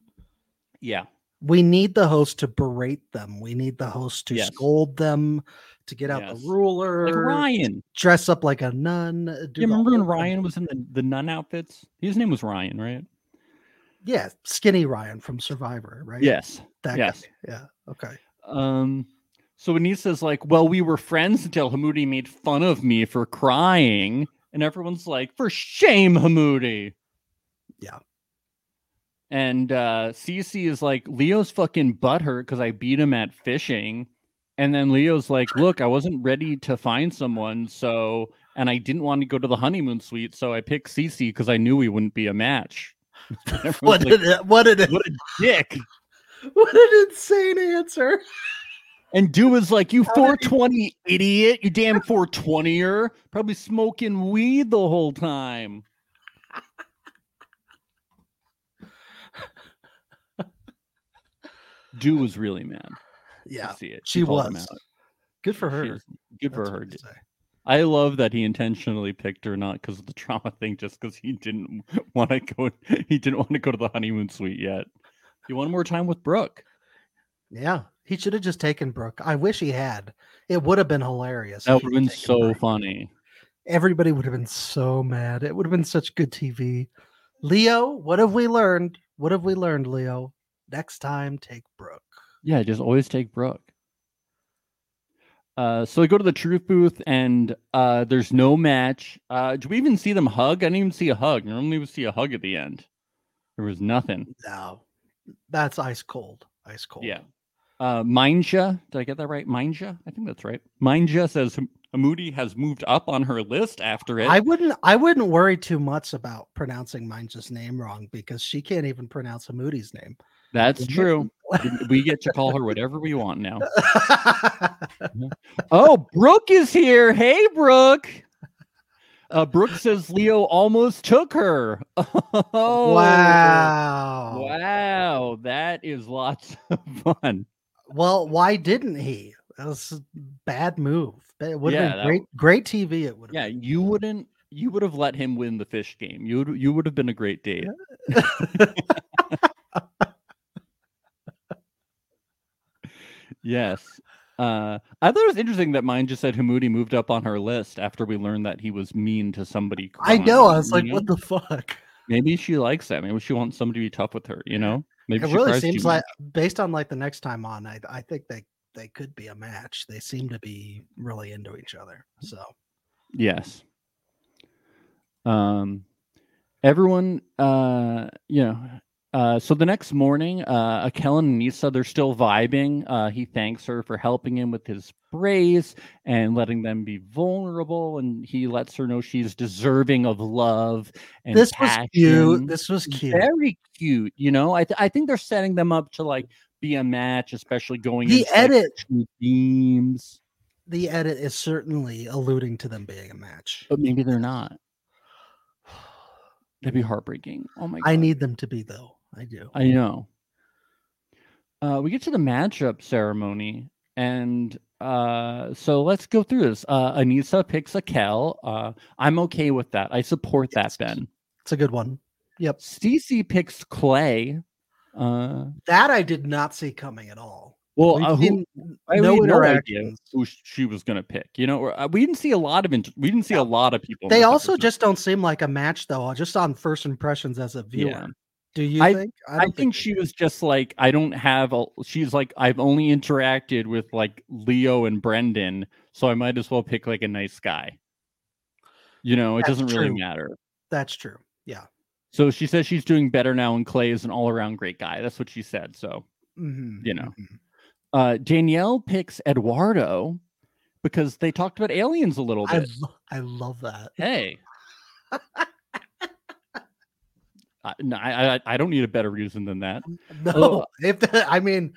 [SPEAKER 1] Yeah.
[SPEAKER 2] we need the host to berate them. We need the host to
[SPEAKER 1] Yes.
[SPEAKER 2] scold them, to get out
[SPEAKER 1] Yes.
[SPEAKER 2] the ruler,
[SPEAKER 1] Like Ryan.
[SPEAKER 2] dress up like a nun. uh,
[SPEAKER 1] you
[SPEAKER 2] do the
[SPEAKER 1] remember when
[SPEAKER 2] whole thing.
[SPEAKER 1] Ryan was in the, the nun outfits? His name was Ryan, right?
[SPEAKER 2] Yeah, skinny Ryan from Survivor, right?
[SPEAKER 1] Yes.
[SPEAKER 2] that
[SPEAKER 1] yes.
[SPEAKER 2] guy. Yeah. Okay.
[SPEAKER 1] Um, so Anissa's like, well, we were friends until Hamudi made fun of me for crying. And everyone's like, for shame, Hamudi.
[SPEAKER 2] Yeah.
[SPEAKER 1] And uh, Cece is like, Leo's fucking butthurt because I beat him at fishing. And then Leo's like, look, I wasn't ready to find someone. So, and I didn't want to go to the honeymoon suite. So I picked Cece because I knew we wouldn't be a match. Everyone's
[SPEAKER 2] What
[SPEAKER 1] like,
[SPEAKER 2] an what an
[SPEAKER 1] what a dick.
[SPEAKER 2] what an insane answer.
[SPEAKER 1] And Dew is like, you
[SPEAKER 2] did you-
[SPEAKER 1] 420 idiot, you damn 420er, probably smoking weed the whole time. Dew was really mad. You
[SPEAKER 2] Yeah.
[SPEAKER 1] see it.
[SPEAKER 2] she
[SPEAKER 1] called him
[SPEAKER 2] was.
[SPEAKER 1] out.
[SPEAKER 2] Good for her.
[SPEAKER 1] She is- Good for
[SPEAKER 2] That's
[SPEAKER 1] her.
[SPEAKER 2] what I say.
[SPEAKER 1] I love that he intentionally picked her not because of the trauma thing, just because he didn't want to go. He didn't want to go to the honeymoon suite yet. He wanted more time with Brooke.
[SPEAKER 2] Yeah. He should have just taken Brooke. I wish he had. It would have been hilarious.
[SPEAKER 1] That
[SPEAKER 2] if he
[SPEAKER 1] would
[SPEAKER 2] had
[SPEAKER 1] have been
[SPEAKER 2] taken
[SPEAKER 1] so
[SPEAKER 2] Brooke.
[SPEAKER 1] funny.
[SPEAKER 2] Everybody would have been so mad. It would have been such good TV. Leo, what have we learned? What have we learned, Leo? Next time, take Brooke.
[SPEAKER 1] Yeah, just always take Brooke. Uh, so they go to the truth booth, and uh, there's no match. Uh, do we even see them hug? I didn't even see a hug. Normally, we see a hug at the end. There was nothing.
[SPEAKER 2] No, that's ice cold. Ice cold.
[SPEAKER 1] Yeah. Uh, Mindja, did I get that right? Mindja, I think that's right. Mindja says Moody has moved up on her list after it.
[SPEAKER 2] I wouldn't. I wouldn't worry too much about pronouncing Mindja's name wrong because she can't even pronounce Hamudi's name.
[SPEAKER 1] That's true. We- we get to call her whatever we want now. Oh, Brooke is here. Hey, Brooke. Uh, Brooke says Leo almost took her. Oh,
[SPEAKER 2] wow.
[SPEAKER 1] Wow. That is lots of fun.
[SPEAKER 2] Well, why didn't he? That was a bad move. It would have
[SPEAKER 1] Yeah, that-
[SPEAKER 2] been great. Great TV. It would.
[SPEAKER 1] Yeah, you wouldn't. You would have let him win the fish game. You would. You would have been a great date. yes. Uh, I thought it was interesting that mine just said Hamudi moved up on her list after we learned that he was mean to somebody.
[SPEAKER 2] I know. I
[SPEAKER 1] crying,
[SPEAKER 2] was like,
[SPEAKER 1] you know?
[SPEAKER 2] what the fuck?
[SPEAKER 1] Maybe she likes that. Maybe she wants somebody to be tough with her, you know? Maybe
[SPEAKER 2] it
[SPEAKER 1] she
[SPEAKER 2] really
[SPEAKER 1] cries too
[SPEAKER 2] seems
[SPEAKER 1] much.
[SPEAKER 2] like, based on like the next time on, I I think they they could be a match. They seem to be really into each other. So
[SPEAKER 1] Yes. Um everyone uh you know uh so the next morning uh Akellan and Nisa they're still vibing. Uh he thanks her for helping him with his brace and letting them be vulnerable and he lets her know she's deserving of love and
[SPEAKER 2] this
[SPEAKER 1] passion. Mm-hmm.
[SPEAKER 2] was cute. This was cute.
[SPEAKER 1] Very cute, you know. I th- I think they're setting them up to like be a match, especially going
[SPEAKER 2] The
[SPEAKER 1] into, like,
[SPEAKER 2] edit
[SPEAKER 1] two themes.
[SPEAKER 2] the edit is certainly alluding to them being a match.
[SPEAKER 1] But maybe they're not. That'd be heartbreaking. Oh my god.
[SPEAKER 2] I need them to be though. I do.
[SPEAKER 1] I know. Uh, we get to the matchup ceremony, and uh, so let's go through this. Uh, Anissa picks a Kel. Uh, I'm okay with that. I support
[SPEAKER 2] Yes.
[SPEAKER 1] that. Ben.
[SPEAKER 2] It's a good one. Yep.
[SPEAKER 1] Cece picks Clay. Uh,
[SPEAKER 2] That I did not see coming at all.
[SPEAKER 1] well,
[SPEAKER 2] We've
[SPEAKER 1] uh, who,
[SPEAKER 2] seen
[SPEAKER 1] I
[SPEAKER 2] no
[SPEAKER 1] had
[SPEAKER 2] interactions.
[SPEAKER 1] who sh- she was gonna pick. You know, or, uh, we didn't see a lot of inter- we didn't see a lot of people. in
[SPEAKER 2] They
[SPEAKER 1] this
[SPEAKER 2] also
[SPEAKER 1] episode.
[SPEAKER 2] just don't seem like a match though, just on first impressions as a viewer.
[SPEAKER 1] Yeah.
[SPEAKER 2] Do you
[SPEAKER 1] I-
[SPEAKER 2] think?
[SPEAKER 1] I,
[SPEAKER 2] don't
[SPEAKER 1] think
[SPEAKER 2] they
[SPEAKER 1] she
[SPEAKER 2] do.
[SPEAKER 1] was just like, I don't have a. She's like, I've only interacted with like Leo and Brendan, so I might as well pick like a nice guy. You know, it
[SPEAKER 2] That's
[SPEAKER 1] doesn't really
[SPEAKER 2] true.
[SPEAKER 1] matter.
[SPEAKER 2] That's true. Yeah.
[SPEAKER 1] So she says she's doing better now, and Clay is an all around great guy. That's what she said. So
[SPEAKER 2] Mhm,
[SPEAKER 1] You know.
[SPEAKER 2] mhm.
[SPEAKER 1] uh, Danielle picks Eduardo because they talked about aliens a little
[SPEAKER 2] I
[SPEAKER 1] bit.
[SPEAKER 2] lo- I love that.
[SPEAKER 1] Hey. I, no, I, I I don't need a better reason than that.
[SPEAKER 2] No,
[SPEAKER 1] Well- uh
[SPEAKER 2] if the, I mean,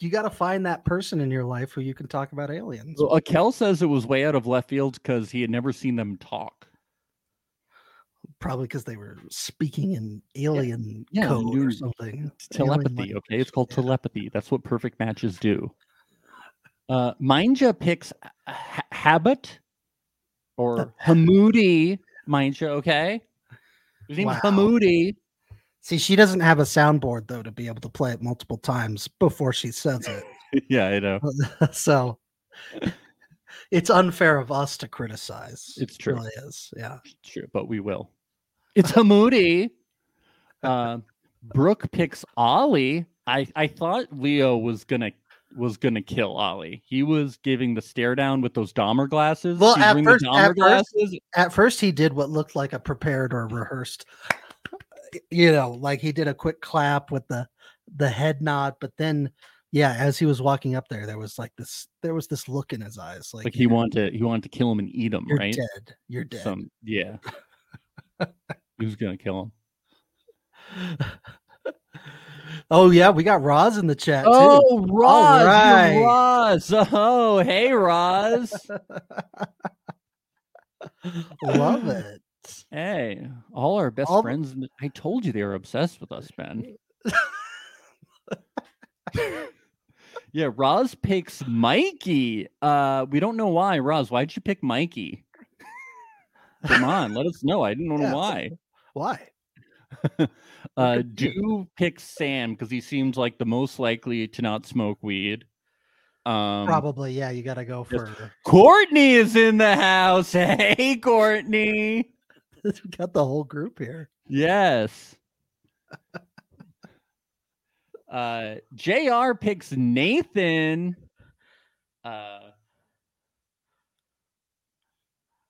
[SPEAKER 2] you got to find that person in your life who you can talk about aliens.
[SPEAKER 1] So Akel says it was way out of left field because he had never seen them talk.
[SPEAKER 2] Probably because they were speaking in alien
[SPEAKER 1] yeah,
[SPEAKER 2] code or
[SPEAKER 1] you're-
[SPEAKER 2] something.
[SPEAKER 1] It's telepathy,
[SPEAKER 2] Alien
[SPEAKER 1] okay? It's called
[SPEAKER 2] yeah.
[SPEAKER 1] telepathy. That's what perfect matches do. Uh, Mindja picks H- Habit or Hamoudi. Mindja, okay? His name's
[SPEAKER 2] Wow.
[SPEAKER 1] Hamoudi.
[SPEAKER 2] See, she doesn't have a soundboard though to be able to play it multiple times before she says it.
[SPEAKER 1] yeah, I know.
[SPEAKER 2] so it's unfair of us to criticize.
[SPEAKER 1] It's true.
[SPEAKER 2] It really is. Yeah.
[SPEAKER 1] Sure, but we will. It's Hamoudi. Uh, Brooke picks Ollie. I, I thought Leo was gonna was gonna kill Ollie. He was giving the stare down with those Dahmer glasses.
[SPEAKER 2] Well,
[SPEAKER 1] She's
[SPEAKER 2] at
[SPEAKER 1] wearing the
[SPEAKER 2] first-
[SPEAKER 1] Dahmer
[SPEAKER 2] at first-
[SPEAKER 1] glasses.
[SPEAKER 2] At first, he did what looked like a prepared or rehearsed. eh, You know, like he did a quick clap with the the head nod, but then, yeah, as he was walking up there, there was like this. There was this look in his eyes, like,
[SPEAKER 1] like he wanted to, he wanted to kill him and eat him,
[SPEAKER 2] you're
[SPEAKER 1] right?
[SPEAKER 2] dead. You're dead.
[SPEAKER 1] Some yeah. he was gonna kill him.
[SPEAKER 2] oh yeah, we got Roz in the chat. too.
[SPEAKER 1] Oh, Roz,
[SPEAKER 2] right.
[SPEAKER 1] you're Roz. Oh, hey, Roz.
[SPEAKER 2] Love it.
[SPEAKER 1] hey, all our best
[SPEAKER 2] All the-
[SPEAKER 1] friends. in the- I told you they were obsessed with us, man. yeah, Roz picks Mikey. Uh, we don't know why, Roz. Why'd you pick Mikey? Come on, let us know. I didn't know
[SPEAKER 2] Yeah.
[SPEAKER 1] why.
[SPEAKER 2] Why?
[SPEAKER 1] Uh, do pick Sam because he seems like the most likely to not smoke weed. Um,
[SPEAKER 2] Probably, yeah. You got to go
[SPEAKER 1] yes.
[SPEAKER 2] for.
[SPEAKER 1] Courtney is in the house. Hey, Courtney.
[SPEAKER 2] we got the whole group here.
[SPEAKER 1] Yes. Uh, JR picks Nathan. Uh,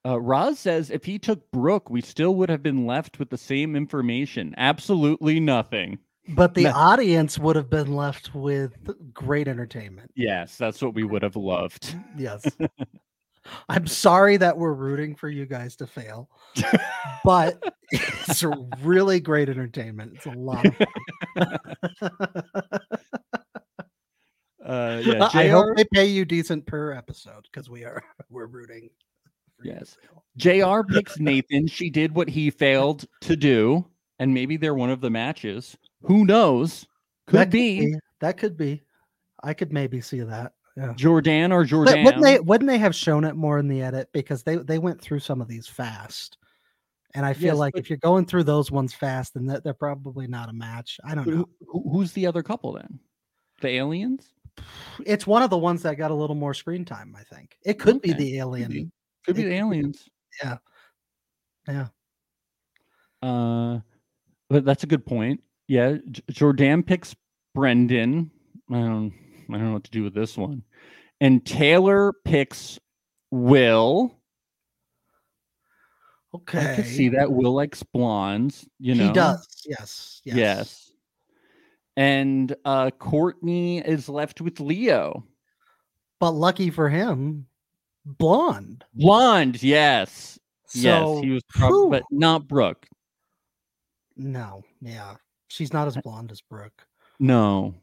[SPEAKER 1] uh, Roz says if he took Brooke, we still would have been left with the same information. Absolutely nothing.
[SPEAKER 2] But the
[SPEAKER 1] Meh.
[SPEAKER 2] audience would have been left with great entertainment.
[SPEAKER 1] Yes, that's what we would have loved.
[SPEAKER 2] Yes. I'm sorry that we're rooting for you guys to fail, but it's really great entertainment. It's a lot of
[SPEAKER 1] Uh, yeah, JR,
[SPEAKER 2] I hope they pay you decent per episode because we are we're rooting. for you to
[SPEAKER 1] Yes.
[SPEAKER 2] fail.
[SPEAKER 1] JR picks Nathan. She did what he failed to do, and maybe they're one of the matches. Who knows? Could
[SPEAKER 2] that
[SPEAKER 1] be,
[SPEAKER 2] That could be. I could maybe see that. Yeah.
[SPEAKER 1] Jordan or
[SPEAKER 2] But
[SPEAKER 1] Jordan.
[SPEAKER 2] wouldn't they wouldn't they have shown it more in the edit because they they went through some of these fast, and I feel
[SPEAKER 1] Yes,
[SPEAKER 2] like
[SPEAKER 1] but-
[SPEAKER 2] if you're going through those ones fast, then that they're probably not a match. I don't
[SPEAKER 1] But
[SPEAKER 2] know.
[SPEAKER 1] who- who- who's the other couple then? The aliens?
[SPEAKER 2] It's one of the ones that got a little more screen time. I think it could be
[SPEAKER 1] Okay,
[SPEAKER 2] the alien.
[SPEAKER 1] be. Could be
[SPEAKER 2] It-
[SPEAKER 1] the aliens.
[SPEAKER 2] yeah. Yeah.
[SPEAKER 1] Uh, but that's a good point. Yeah, J- Jordan picks Brendan. I don't, I don't know what to do with this one. And Taylor picks Will.
[SPEAKER 2] Okay,
[SPEAKER 1] I could see that Will likes blondes. You know,
[SPEAKER 2] he does. Yes. Yes.
[SPEAKER 1] Yes. And uh, Courtney is left with Leo.
[SPEAKER 2] But lucky for him, blonde.
[SPEAKER 1] Blonde, yes. yes,
[SPEAKER 2] So,
[SPEAKER 1] he was prob-
[SPEAKER 2] phew.
[SPEAKER 1] but not Brooke.
[SPEAKER 2] no. Yeah, she's not as blonde as Brooke,
[SPEAKER 1] No.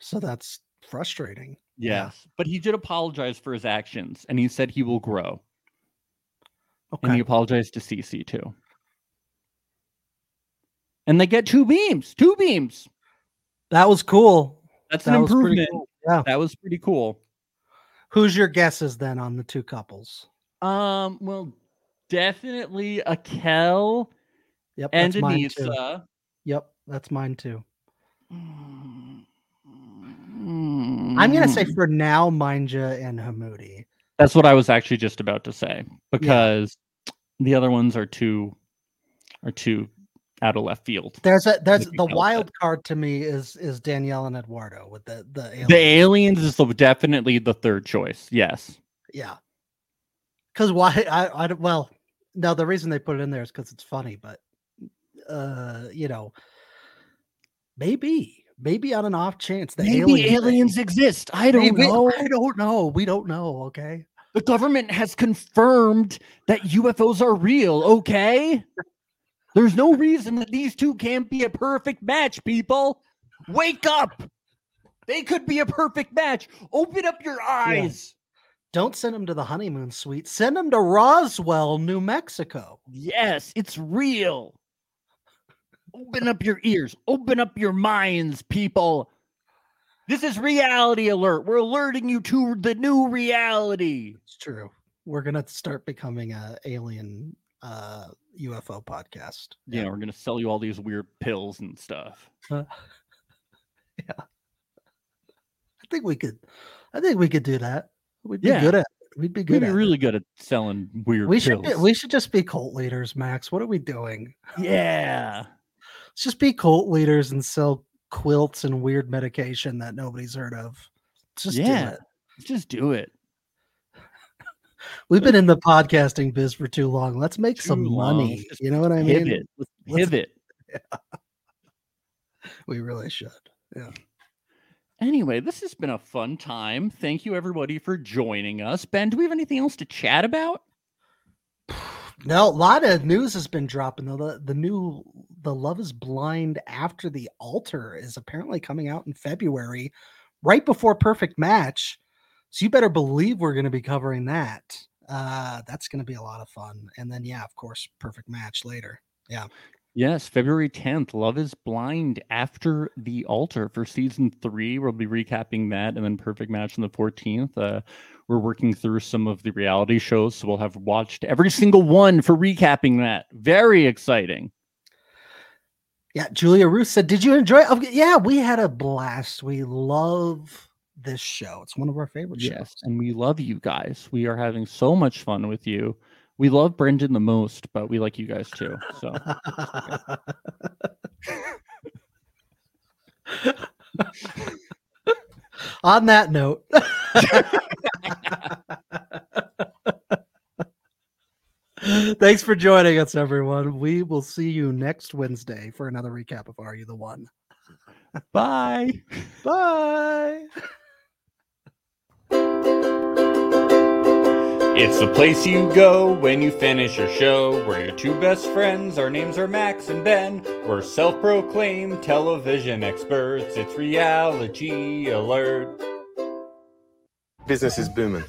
[SPEAKER 2] so that's frustrating. Yeah.
[SPEAKER 1] Yes. But he did apologize for his actions and he said he will grow. And
[SPEAKER 2] Okay.
[SPEAKER 1] he apologized to CC too. And they get two beams, two beams.
[SPEAKER 2] that was cool.
[SPEAKER 1] That's
[SPEAKER 2] That
[SPEAKER 1] an
[SPEAKER 2] was pretty
[SPEAKER 1] improvement.
[SPEAKER 2] cool. Yeah.
[SPEAKER 1] That was pretty cool.
[SPEAKER 2] Who's your guesses then on the two couples?
[SPEAKER 1] Um, well, definitely Akel
[SPEAKER 2] Yep.
[SPEAKER 1] and uh,
[SPEAKER 2] that's mine too.
[SPEAKER 1] Anissa.
[SPEAKER 2] Yep. That's mine too.
[SPEAKER 1] I'm
[SPEAKER 2] I'm gonna
[SPEAKER 1] Mm.
[SPEAKER 2] say for now, Mindja and Hamudi.
[SPEAKER 1] that's what I was actually just about to say because the other ones are too are too out of left field.
[SPEAKER 2] There's a there's
[SPEAKER 1] Maybe
[SPEAKER 2] the
[SPEAKER 1] Delta.
[SPEAKER 2] wild card to me is is Danielle and Eduardo with the the, aliens.
[SPEAKER 1] The aliens is the, definitely the third choice. Yes.
[SPEAKER 2] yeah. Because why I I don't- well no the reason they put it in there is because it's funny but uh you know maybe maybe on an off chance the alien thing.
[SPEAKER 1] exist. I
[SPEAKER 2] Maybe- I don't know we don't know okay
[SPEAKER 1] The government has confirmed that UFOs are real, okay? There's no reason that these two can't be a perfect match, people. Wake up. They could be a perfect match. Open up your eyes.
[SPEAKER 2] don't send them to the honeymoon suite send them to Roswell New Mexico
[SPEAKER 1] Yes, it's real. Open up your ears. Open up your minds, people. This is reality alert. We're alerting you to the new reality.
[SPEAKER 2] It's true. We're gonna start becoming a alien uh, UFO podcast.
[SPEAKER 1] Yeah, we're gonna sell you all these weird pills and stuff.
[SPEAKER 2] I think we could. I think we could do that. We'd be
[SPEAKER 1] Yeah.
[SPEAKER 2] good at. it. We'd be
[SPEAKER 1] We'd
[SPEAKER 2] good
[SPEAKER 1] be
[SPEAKER 2] at. it.
[SPEAKER 1] really good at selling weird
[SPEAKER 2] we should.
[SPEAKER 1] pills.
[SPEAKER 2] be- We should just be cult leaders, Max. What are we doing?
[SPEAKER 1] yeah.
[SPEAKER 2] Let's just be cult leaders and sell quilts and weird medication that nobody's heard of. Let's Just
[SPEAKER 1] Yeah.
[SPEAKER 2] do it.
[SPEAKER 1] Just do it.
[SPEAKER 2] We've been in the podcasting biz for too long. Let's make some
[SPEAKER 1] Too long.
[SPEAKER 2] money.
[SPEAKER 1] Just
[SPEAKER 2] You know what I mean?
[SPEAKER 1] Pivot. Let's
[SPEAKER 2] let's-
[SPEAKER 1] Pivot.
[SPEAKER 2] We really should.
[SPEAKER 1] Anyway, this has been a fun time. Thank you everybody for joining us. Ben, do we have anything else to chat about?
[SPEAKER 2] No, a lot of news has been dropping. The- The the new the Love Is Blind after the altar is apparently coming out in February, right before Perfect Match. So you better believe we're going to be covering that. Uh, that's going to be a lot of fun. And then yeah, of course, Perfect Match later.
[SPEAKER 1] Yes, February 10th, Love is Blind After the Altar for season three. We'll be recapping that and then Perfect Match on the 14th. Uh, we're working through some of the reality shows, so we'll have watched every single one for recapping that. Very exciting.
[SPEAKER 2] Yeah, Julia Ruth said, "Did you enjoy?" it?" Okay, yeah, we had a blast. We love this show. It's one of our favorite
[SPEAKER 1] Yes,
[SPEAKER 2] shows.
[SPEAKER 1] and we love you guys. We are having so much fun with you. We love Brendan the most, but we like you guys too. So
[SPEAKER 2] On that note, thanks for joining us, everyone. We will see you next Wednesday for another recap of Are You the One?
[SPEAKER 1] bye.
[SPEAKER 2] Bye.
[SPEAKER 10] It's the place you go when you finish your show. We're your two best friends. Our names are Max and Ben. We're self proclaimed television experts. It's reality alert.
[SPEAKER 11] Business is booming.